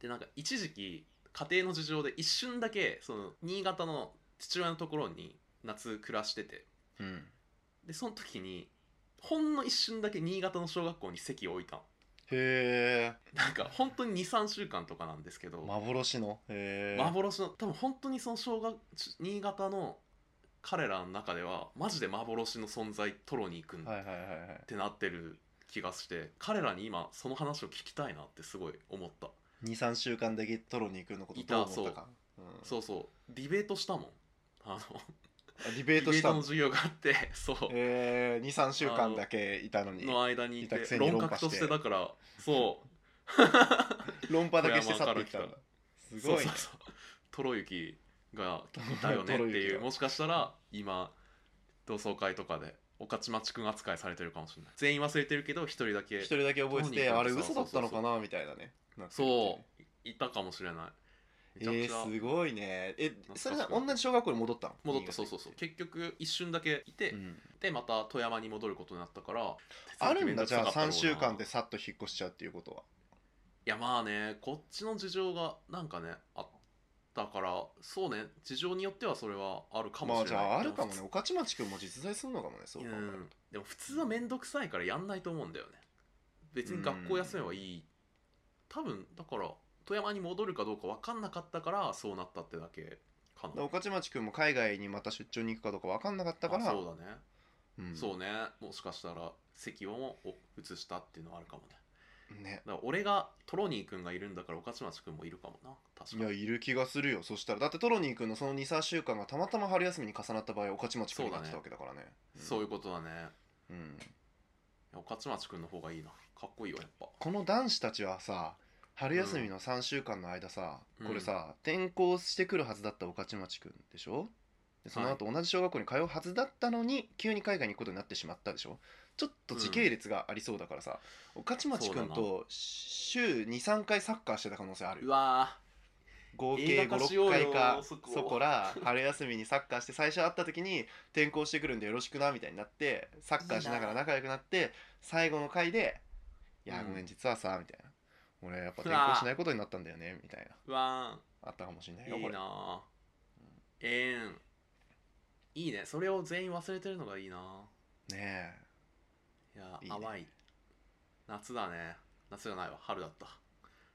でなんか一時期家庭の事情で一瞬だけその新潟の父親のところに夏暮らしててうんでその時にほんの一瞬だけ新潟の小学校に席を置いたの <laughs> へえなんか本当に23週間とかなんですけど、幻のへえ幻の多分本当にその小学ち新潟の彼らの中ではマジで幻の存在トロに行くんっはいはいはいはいてなってる気がして、彼らに今その話を聞きたいなってすごい思った、 23週間だけトロに行くのこといたどう思ったかうんそうそうディベートしたもんあのあディデベィベートーしたトのの授業があって <laughs> そう、えー、23週間だけいたのにの間にいいたくてせに論論客破してとしてだからそう論破だけして去っていったん富山かだすごいそうそねうそうトロユキがいたよねって <laughs> トロユいキうがもしかしたら今同窓会とかで御徒町くん扱いされてるかもしれない全員忘れてるけど一人だけ一人だけ覚えててトあニー君れと嘘さだったのかなみたいなねそういたかもしれないめちゃえくちゃー、すごいねえ懐かしそれはくな同ったじ小学校に戻ったの戻ったそうそうそう結局一瞬だけいて、うんでまた富山に戻ることになったからあるんだじゃあ3手続きめ週どくさかったろうな間でさっと引っ越しちゃうっていうことはいやまあねこっちの事情がなんかねあったからそうね事情によってはそれはあるかまもあしじれない、ゃああるかもでねも御徒町くんも実在するのかもねそう考えるうんでも普通は面倒くさいからやんないと思うんだよね別に学校休めばいい、多分だから富山に戻るかどうか分かんなかったからそうなったってだけかとなだから御徒町くんも海外にまた出張に行くかどうか分かんなかったからあそうだね、うんそうねもしかしたら席をも移したっていうのはあるかもねねだから俺がトロニー君がいるんだから御徒町君もいるかもな確いかやにいる気がするよそしたらだってトロニーくんのその23週間がたまたま春休みに重なった場合御徒町くんになってたわけだからねそういうこことだねと、うんいや勝町君の方がいいなかっこいいよやっぱこの男子たちはさ春休みの3週間の間さ、うんこれさ転校してくるはずだった御徒町くんでしょでその後同じ小学校に通うはずだったのに急に海外に行くことになってしまったでしょちょっと時系列がありそうだからさ御徒町くんと週23回サッカーしてた可能性あるうわ合映計画化しよ56うよ回かそこそこら春休みにサッカーして最初会った時に転校してくるんでよろしくなみたいになってサッカーしながら仲良くなって最後の回で「いやうんごめん実はさ」みたいな「俺やっぱ転校しないことになったんだよね」みたいなーうわあったかもしれないーよいこいれなーえーんいいねそれを全員忘れてるのがいいなねいやいいね淡い夏だね夏じゃないわ春だ <laughs> った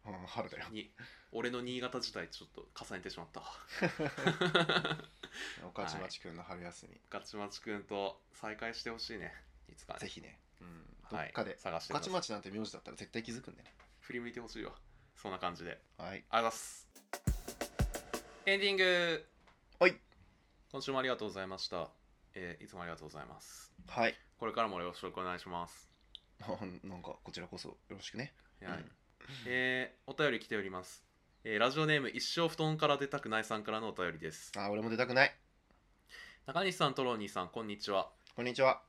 え、うん、春だよに俺の新潟時代ちょっと重ねてしま <laughs> ったわ岡島町くんの春休み、ガチマチ君と再会してほしいねいつかねぜひね、うん、どはっいかで、探して御くだ徒さい町なんて名字だったら絶対気づくんだよね振り向いてほしいわそんな感じではいありがとうございますエンディングはい今週もありがとうございました、えーいつもありがとうございますはいこれからもよろしくお願いしますなんかこちらこそよろしくねはい、うんえーお便り来ております、えーラジオネーム一生布団から出たくないさんからのお便りですあー俺も出たくない中西さんトロニーさんこんにちはこんにちは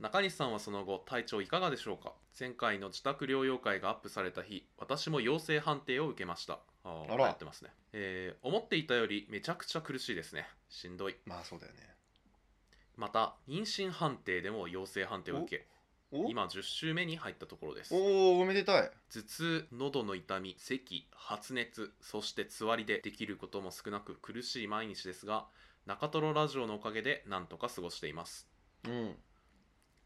中西さんはその後体調いかがでしょうか前回の自宅療養会がアップされた日私も陽性判定を受けましたあああらやってますね、えー思っていたよりめちゃくちゃ苦しいですねしんどいまあそうだよねまた妊娠判定でも陽性判定を受けお今10週目に入ったところですおおおめでたい頭痛喉の痛み咳発熱そしてつわりでできることも少なく苦しい毎日ですが中トロラジオのおかげでなんとか過ごしていますうん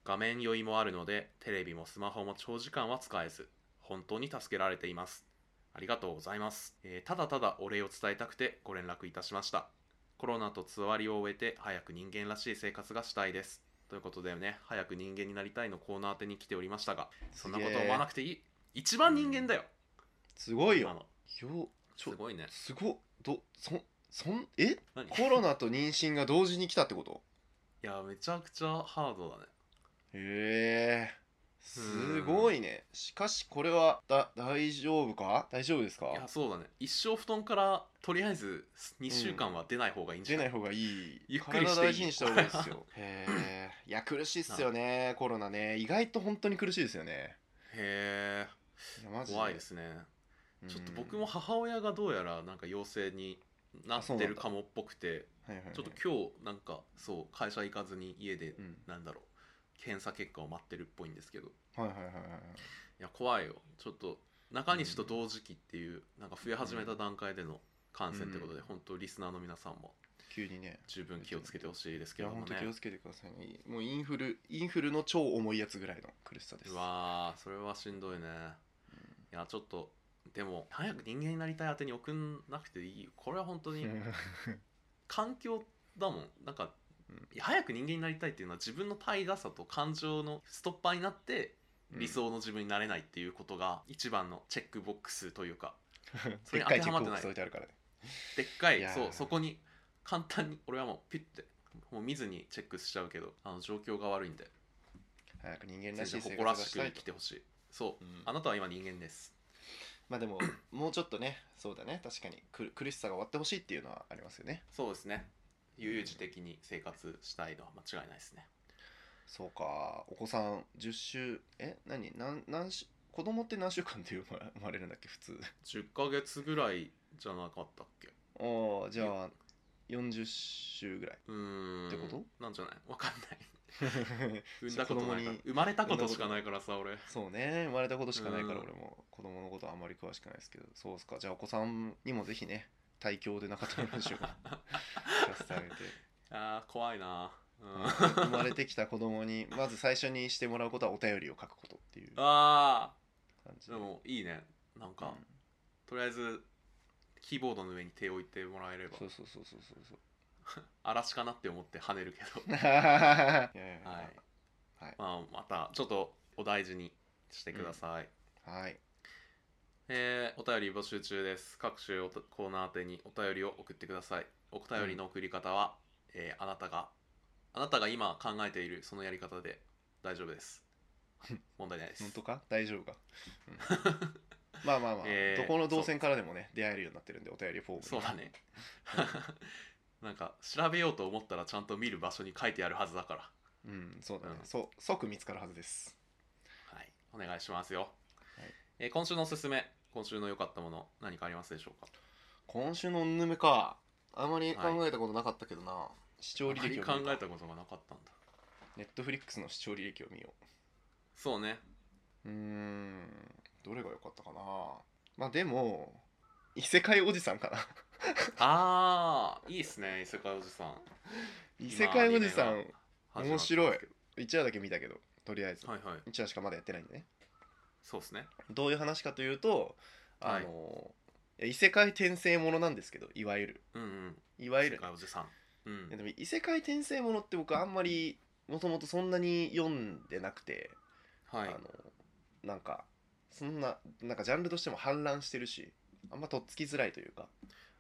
画面酔いもあるのでテレビもスマホも長時間は使えず本当に助けられていますありがとうございます、えーただただお礼を伝えたくてご連絡いたしましたコロナとつわりを終えて早く人間らしい生活がしたいですということでね早く人間になりたいのコーナー宛てに来ておりましたがそんなこと思わなくていい一番人間だよ、すごい今よのよちすょごいねすごどそんそんえ何いコロナと妊娠が同時に来たってことやめちゃくちゃハードだねへえすごいねしかしこれはだ大丈夫か大丈夫ですいやかそうだね一生布団からとりあえず2週間は出ない方がいいんじ出ゃな、ないい方がいいゆっくりしていい体大事にした方がいいで <laughs> すよへえいや苦しいっすよねコロナね意外と本当に苦しいですよねへえいやマジ怖いですね、うんちょっと僕も母親がどうやらなんか陽性になってるかもっぽくてはいはいはいちょっと今日なんかそう会社行かずに家でうんなんだろう検査結果を待ってるっぽいんですけどいはいはいはいはいはいや怖いよちょっと中西と同時期っていうなんか増え始めた段階での感染ってことでうん本当リスナーの皆さんも急にね十分気をつけてほしいですいけやども本当ね気をつけてくださいねもうインフルインフルの超重いやつぐらいの苦しさですうわーそれはしんどいねいやちょっとでも早く人間になりたい宛てに送んなくていいよこれは本当う <laughs> にん環境だもんなんか、うん早く人間になりたいっていうのは自分の怠惰さと感情のストッパーになって理想の自分になれないっていうことが一番のチェックボックスというかそれにでっか当いてチはェまっックてボッなクいス置いてあるからねでっかいいやーそうそこに簡単に俺はもうピュッてもう見ずにチェックしちゃうけどあの状況が悪いんで早く人間ら全しい然生誇ら活がししたいくと生きてほしいそう、うんあなたは今人間ですまあでも <coughs> もうちょっとねそうだね確かにく苦しさが終わってほしいっていうのはありますよねそうですね悠々自適に生活したいのは間違いないですねそうかお子さん10週え何何何週子供って何週間で生ま生まれるんだっけ普通10ヶ月ぐらいじゃなかったっけああじゃあ40週ぐらいうーんってことなんじゃないわかんない産んだことないか子供らに生まれたことしかないからさ俺そうね生まれたことしかないからうん俺も子供のことはあまり詳しくないですけどそうっすかじゃあお子さんにもぜひね対響で中田のラ <laughs> ジオを聞かせてあげてあー怖いなうん生まれてきた子供にまず最初にしてもらうことはお便りを書くことっていう感あじーでもいいねなんうんか、とりあえずキーボードの上に手を置いてもらえればそうそうそうそうそうそう <laughs> 嵐かなって思って跳ねるけいどやいやいや <laughs> はい、はいまあ、またちょっとお大事にしてください、はいえーお便り募集中です。各種おとコーナー宛てにお便りを送ってください。お便りの送り方は、えーあなたが、あなたが今考えているそのやり方 <laughs> で大丈夫です。問題ないです。 <laughs> 本当か大丈夫かまあまあまあ、えーどこの動線からでもね出会えるようになってるんでお便りフォームにそうだね <laughs> なんか調べようと思ったらちゃんと見る場所に書いてあるはずだからうんそうだね、うんそう即見つかるはずですはいお願いしますよ、いえー今週のおすすめ今週の良かったもの何かありますでしょうか今週のうんぬめかあまり考えたことなかったけどな、視あ聴履まり歴考を見えよたことがなかったんだうネットフリックスの視聴履歴を見よそうねううーんどれが良かったかなまあでも異世界おじさん <laughs> かなあーいいっすね異世界おじさん異世界おじさん始ま面って白まいすけど1話だけ見たけどとりあえず、はいはい一1話しかまだやってないんでねそうですねどういう話かというとあの、いや異世界転生ものなんですけどいわゆるうんうんいわゆ世る界おじさんうんいやでも異世界転生ものって僕あんまりもともとそんなに読んでなくて、はいあのなんかそんななんかジャンルとしても氾濫してるしあんまとっつきづらいというか、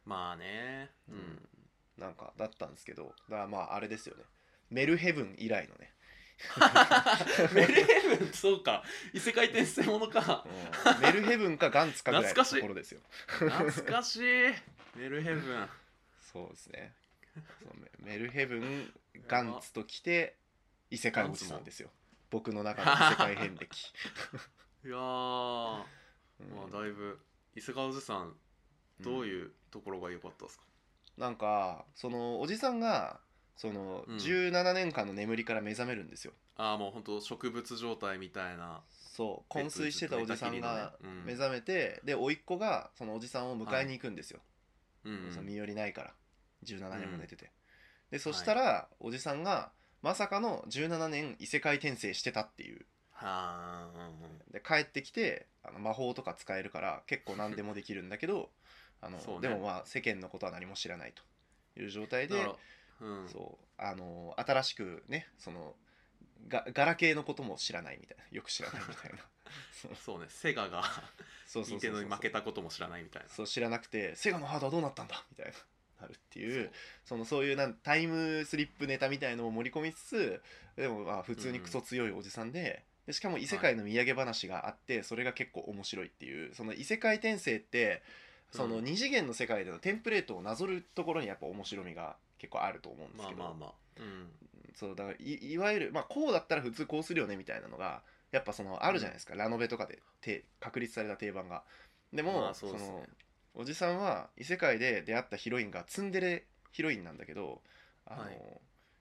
まあねうん、なんかだったんですけどだからまああれですよねメルヘブン以来のね、 <laughs> メルヘブンそうか異世界転生ものかうんメルヘブンかガンツかぐらいの懐かしといころですよ懐かしいメルヘブンそうですねそうメメルヘブンガンツときて異世界おじさんですよ僕の中の異世界遍歴、 <laughs> いやー、まうんあだいぶ伊勢川おじさんどういうところが良かったですか、なんかそのおじさんがそのうん17年間の眠りから目覚めるんですよ、ああもう本当植物状態みたいなそう昏睡してたおじさんが目覚めて、で甥っ子がそのおじさんを迎えに行くんですよ、め、うんそのうん身寄りないから17年も寝てて、でそしたら、おじさんがまさかの17年異世界転生してたっていうはーんで帰ってきてあの魔法とか使えるから結構何でもできるんだけ <laughs> どあの、そうねでもまあ世間のことは何も知らないという状態でだからうんそうあの新しくねそのがガラケーのことも知らないみたいなよく知らないみたい <laughs> なそうそうねセガがそう任そうそ天うそ堂うに負けたことも知らないみたいなそう知らなくてセガのハードはどうなったんだみたいななるっていうそうそのそういうなんタイムスリップネタみたいのを盛り込みつつでもまあ普通にクソ強いおじさんで,、でしかも異世界の土産話があって、それが結構面白いっていうその異世界転生ってそのうん二次元の世界でのテンプレートをなぞるところにやっぱ面白みが結構あると思うんですまあけど、まあまあうんそうだからいいわゆる、まあ、こうだったら普通こうするよねみたいなのがやっぱそのあるじゃないですか、ラノベとかでて確立された定番がでも、まあそそうですねのおじさんは異世界で出会ったヒロインがツンデレヒロインなんだけどあの、はい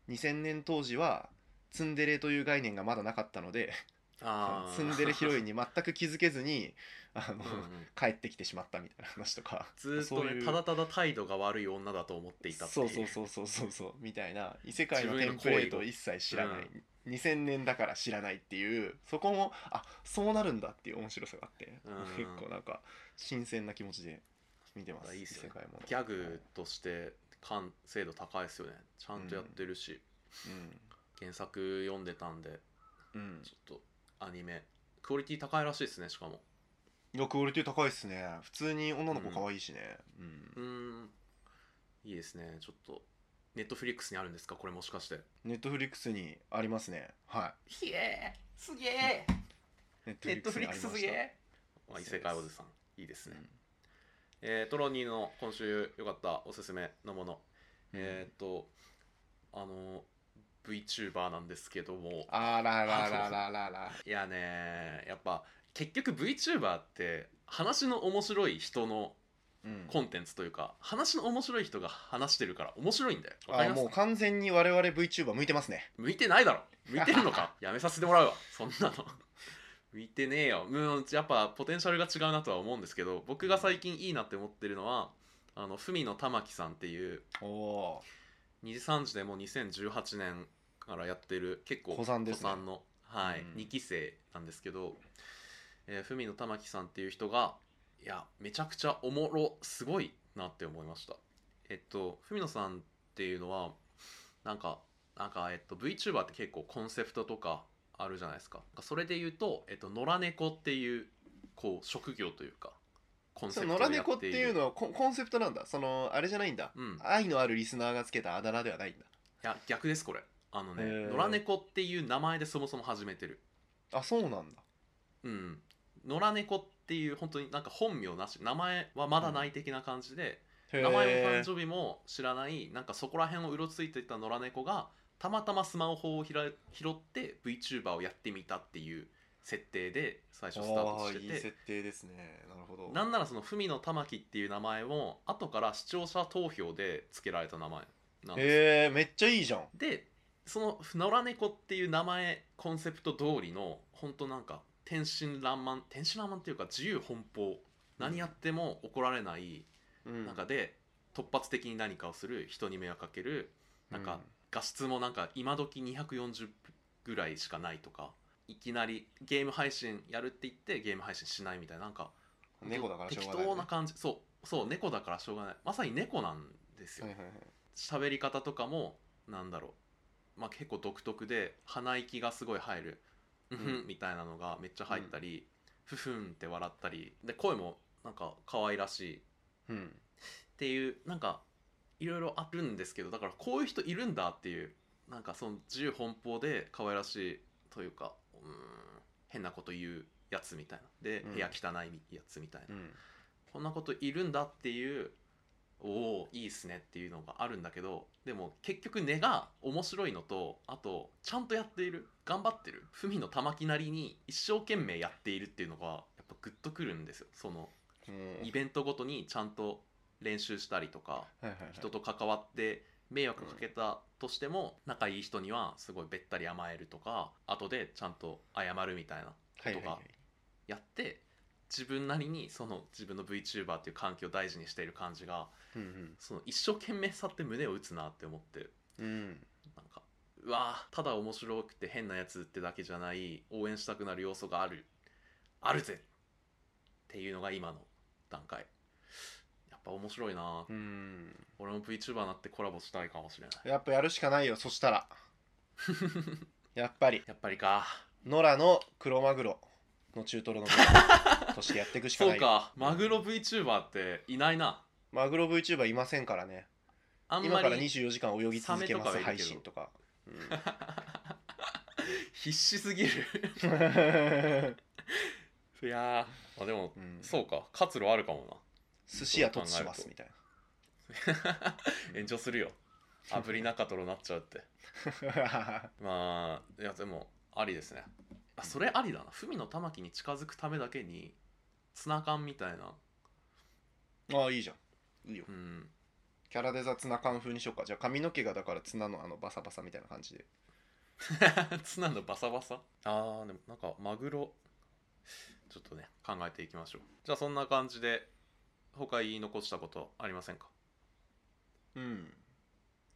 2000年当時はツンデレという概念がまだなかったので <laughs> あーツンデレヒロインに全く気づけずにあの、 <laughs> うんうん帰ってきてしまったみたいな話とかずーっそとうねいうただただ態度が悪い女だと思っていたっていそううそうそうそうそうそうみたいな異世界のテンプレートを一切知らない、2000年だから知らないっていうそこもあそうなるんだっていう面白さがあって、うん結構なんか新鮮な気持ちで見てますいいっすよね異世界ものギャグとして完精度高いですよねちゃんとやってるし、原作読んでたんでうん、うんちょっとアニメクオリティ高いらしいですねしかもいやクオリティ高いっすね普通に女の子可愛いしねうん、うーんいいですねちょっとネットフリックスにあるんですかこれもしかしてネットフリックスにありますねはひえすげえいネッにありまあ異世界おじさんいいですましたね、えートロニーの今週良かったおすすめのもの、うんえーっとあの VTuber なんですけどもあららららららいやねやっぱ結局 VTuber って話の面白い人のうんコンテンツというか話の面白い人が話してるから面白いんだよわかりあますもう完全に我々 VTuber 向いてますね向いてないだろ向いてるの <laughs> かやめさせてもらうわそんなの向いてねえようんやっぱポテンシャルが違うなとは思うんですけど僕が最近いいなって思ってるのはあの文野玉木さんっていうおお2次3次でもう2018年からやってる結構古参ですね古の、はいうん2期生なんですけど、えー、文野玉木さんっていう人がいやめちゃくちゃおもろすごいなって思いましたえっと文野さんっていうのはなんかなんか、えっと、VTuber って結構コンセプトとかあるじゃないですかそれで言うと、えっと、野良猫っていうこう職業というかコンセそプのト野良猫っていうののはコンコンセプトなんだそのあれじゃないんだ、うん愛のあるリスナーがつけたあだ名ではないんいだや逆ですこれあのねへ野ー良猫っていう名前でそもそも始めてるあそうなんだうん野良猫っっていう本当になんか本名なし名前はまだない的な感じで、へー名前も誕生日も知らないなんかそこら辺をうろついていた野良猫がたまたまスマホをひら拾って VTuber をやってみたっていう設定で最初スタートしてあーていい設定ですねなるほどなんならその文野玉木っていう名前も後から視聴者投票で付けられた名前なんですよへえめっちゃいいじゃんでその「野良猫」っていう名前コンセプト通りの本当なんか天真爛漫天真爛漫っていうか自由奔放何やっても怒られないうん中で突発的に何かをする人に迷惑かけるなんか画質もなんか今時240ぐらいしかないとかいきなりゲーム配信やるって言ってゲーム配信しないみたいななんかうん猫だからしょう適がないね当な感じそうそう猫だからしょうがないまさに猫なんですよはいはいはい喋り方とかもなんだろう、まあ、結構独特で鼻息がすごい入る「うんふうんん」みたいなのがめっちゃ入ったり「ふふん」って笑ったりで声もなんか可愛らしいっうんていうなんかいろいろあるんですけどだからこういう人いるんだっていうなんかその自由奔放で可愛らしいというかうーん変なこと言うやつみたいなでうん部屋汚いやつみたいな。うんこんなこといるんだっていうおおいいっすねっていうのがあるんだけどでも結局根が面白いのとあとちゃんとやっている頑張ってる文の玉木なりに一生懸命やっているっていうのがやっぱグッとくるんですよそのうんイベントごとにちゃんと練習したりとかはいはいはい人と関わって迷惑かけたとしても仲いい人にはすごいべったり甘えるとか後でちゃんと謝るみたいなはいはいはとかやって自分なりにその自分の VTuber っていう環境を大事にしている感じがいうんその一生懸命さって胸を打つなって思ってうんうんなんかうわーただ面白くて変なやつってだけじゃない応援したくなる要素があるあるぜっていうのが今の段階やっぱ面白いなうん俺も VTuber になってコラボしたいかもしれないやっぱやるしかないよそし <laughs> たらやっぱりやっぱりか野良のクロマグロの中トロの部分としてやっていくしかそなういかマグロ VTuber っていないなマグロ VTuber いませんからねあん今まからり24時間泳ぎ続けまサメとかすはいる配けど信と <laughs> か、うん必死す <laughs> ぎるいやーあでもうんそうか活路あるかも寿司屋突しますみたいな炎上するよ炙り中トロになっちゃうってなまあいやでもありですねあそれありだな文の玉木に近づくためだけにツナ缶みたいな <laughs> ああいいじゃんいいようん <laughs> キャラデザツナ缶風にしようかじゃあ髪の毛がだからツナのあのバサバサみたいな感じでツナのバサバサあーでもなんかマグロちょっとね考えていきましょうじゃあそんな感じで他言い残したことありませんかうん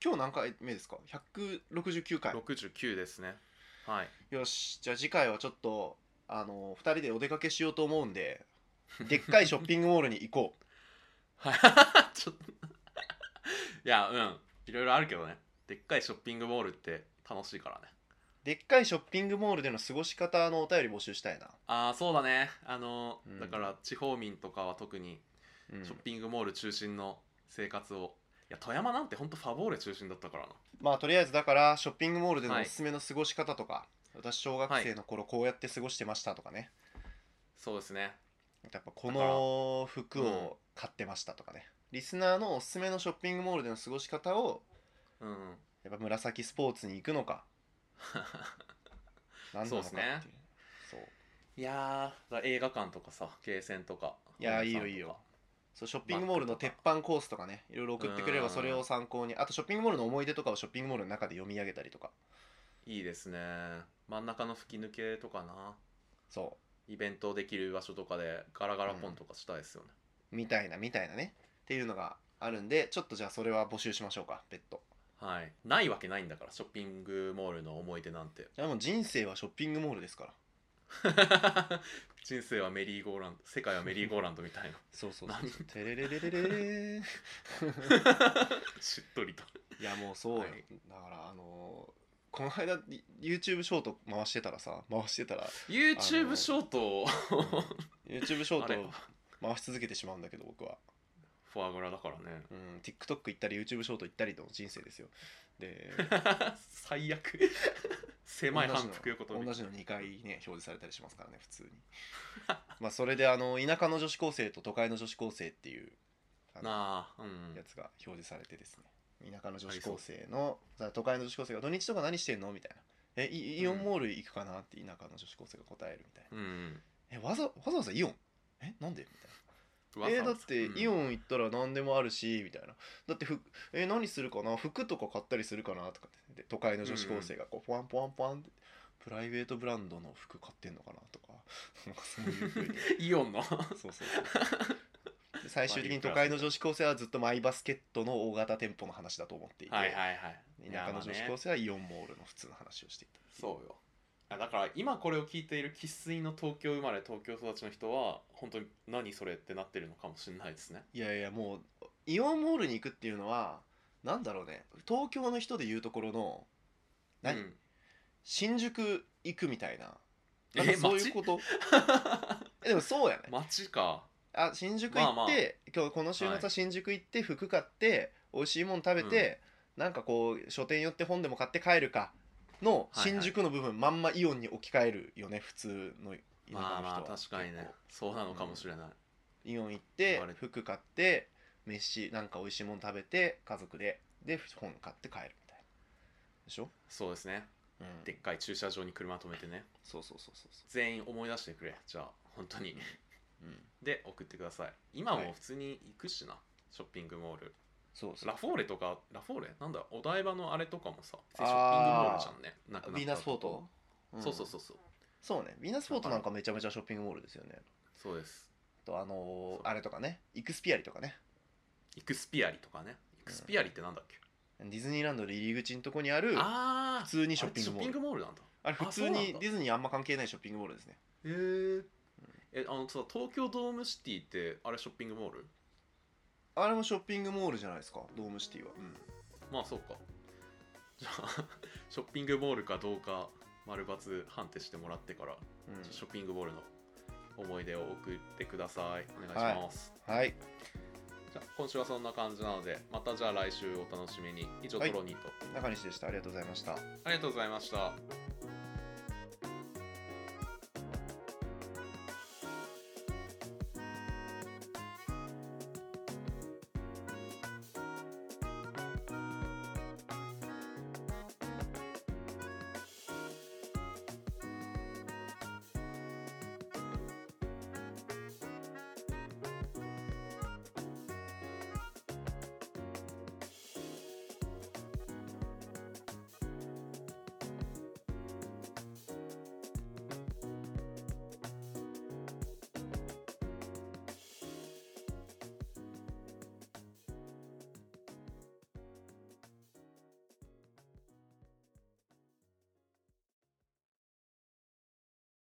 今日何回目ですか169回69ですねはいよしじゃあ次回はちょっとあの2人でお出かけしようと思うんででっかいショッピングモールに行こうはい <laughs> ちょっといやうんいろいろあるけどねでっかいショッピングモールって楽しいからねでっかいショッピングモールでの過ごし方のお便り募集したいな、ああそうだねあの、うんだから地方民とかは特にうんショッピングモール中心の生活を、いや富山なんてほんとファボーレ中心だったからなまあとりあえずだからショッピングモールでのはおいすすめの過ごし方とか、私小学生の頃こうやって過ごしてましたとかね、そうですねやっぱこの服を買ってましたとかね、リスナーのおすすめのショッピングモールでの過ごし方をうんやっぱ紫スポーツに行くのか何なのかっていうそうっすそういやーだから映画館とかさゲーセンとかいや本屋ーさんとかいいよいいよそうショッピングモールの鉄板コースとかねいろいろ送ってくれればうんそれを参考にあとショッピングモールの思い出とかをショッピングモールの中で読み上げたりとかいいですね真ん中の吹き抜けとかなそイベントできる場所とかでガラガラポンとかしたいですよね、うみたいなみたいなねっていうのがあるんでちょっとじゃあそれは募集しましょうか別途はいないわけないんだからショッピングモールの思い出なんて <laughs> いやもう人生はショッピングモールですから人生はメリーゴーランド世界はメリーゴーランドみたいな <laughs> そうそうそううテレレレレレ <laughs> レーしっとりといやもうそうよ、はいだからあのーこの間 YouTube ショート回してたらさ回してたら YouTube ショートを YouTube ショーあれト回し続けてしまうんだけど僕はフォアグラだからね <laughs> うん、TikTok <laughs> 行ったり YouTube ショート行ったりの人生ですよ。で最悪狭い反復横跳び同じの2回ね表示されたりしますからね普通に <laughs> まあそれであの田舎の女子高生と都会の女子高生っていうあのなあうんやつが表示されてですね田舎の女子高生のさ都会の女子高生が土日とか何してんのみたいなえイイオンモール行くかなって田舎の女子高生が答えるみたいな、うんえわざわざわざイオンえなんでみたいなわえざーわだざってイオン行ったら何でもあるしみたいなだってふえー何するかな服とか買ったりするかなとかってで都会の女子高生がこうポワンポワンポワンってプライベートブランドの服買ってんのかなとか <laughs> なんかそういう <laughs> ふうにうんイオンの <laughs> そうそうそうで最終的に都会の女子高生はずっとマイバスケットの大型店舗の話だと思っていて、はいはいはい田舎の女いやまあ子高ね生はイオンモールの普通の話をしていたそうよあだから今これを聞いている生粋の東京生まれ東京育ちの人は本当に何それってなってるのかもしれないですねいやいやもうイオンモールに行くっていうのはなんだろうね東京の人で言うところの何、うん新宿行くみたいなえなんかそういうこと <laughs> えでもそうやね、街かあ新宿行って、まあまあ今日この週末は新宿行って服買って美味しいもの食べて、なんかこう書店寄って本でも買って帰るかのはいはい新宿の部分、まんまイオンに置き換えるよね普通の田舎の人はまあまあ確かにね結構そうなのかもしれない、イオン行っ言てわれて服買って飯なんか美味しいもの食べて家族でで本買って帰るみたいなでしょ、そうですねうん、でっかい駐車場に車止めてねそうそうそうそうそ全員思い出してくれじゃあ本当にう、うん、で送ってください今はもいう普通に行くしな、ショッピングモールそうそうラフォーレとかラフォーレなんだお台場のあれとかもさショッピングモールじゃんねなくなったヴィーナスフォート、んそうそうそうそうそうねヴィーナスフォートなんかめちゃめちゃショッピングモールですよねそうですあとあのそうーあれとかねイクスピアリとかねイクスピアリとかねイクスピアリってなんだっけ、ディズニーランドの入り口のとこにあるあああ普通にショッピングモールなんだれ普通あそうなんにだディズニーあんま関係ないショッピングモールですねへええあのさ東京ドームシティってあれショッピングモールあれもショッピングモールじゃないですかドームシティは、まあそうか <laughs> じゃあショッピングモールかどうか丸×判定してもらってからうんショッピングモールの思い出を送ってくださいお願いします、はいじゃあ今週はそんな感じなのでまたじゃあ来週お楽しみに以上はいトロニーと、中西でしたありがとうございましたありがとうございました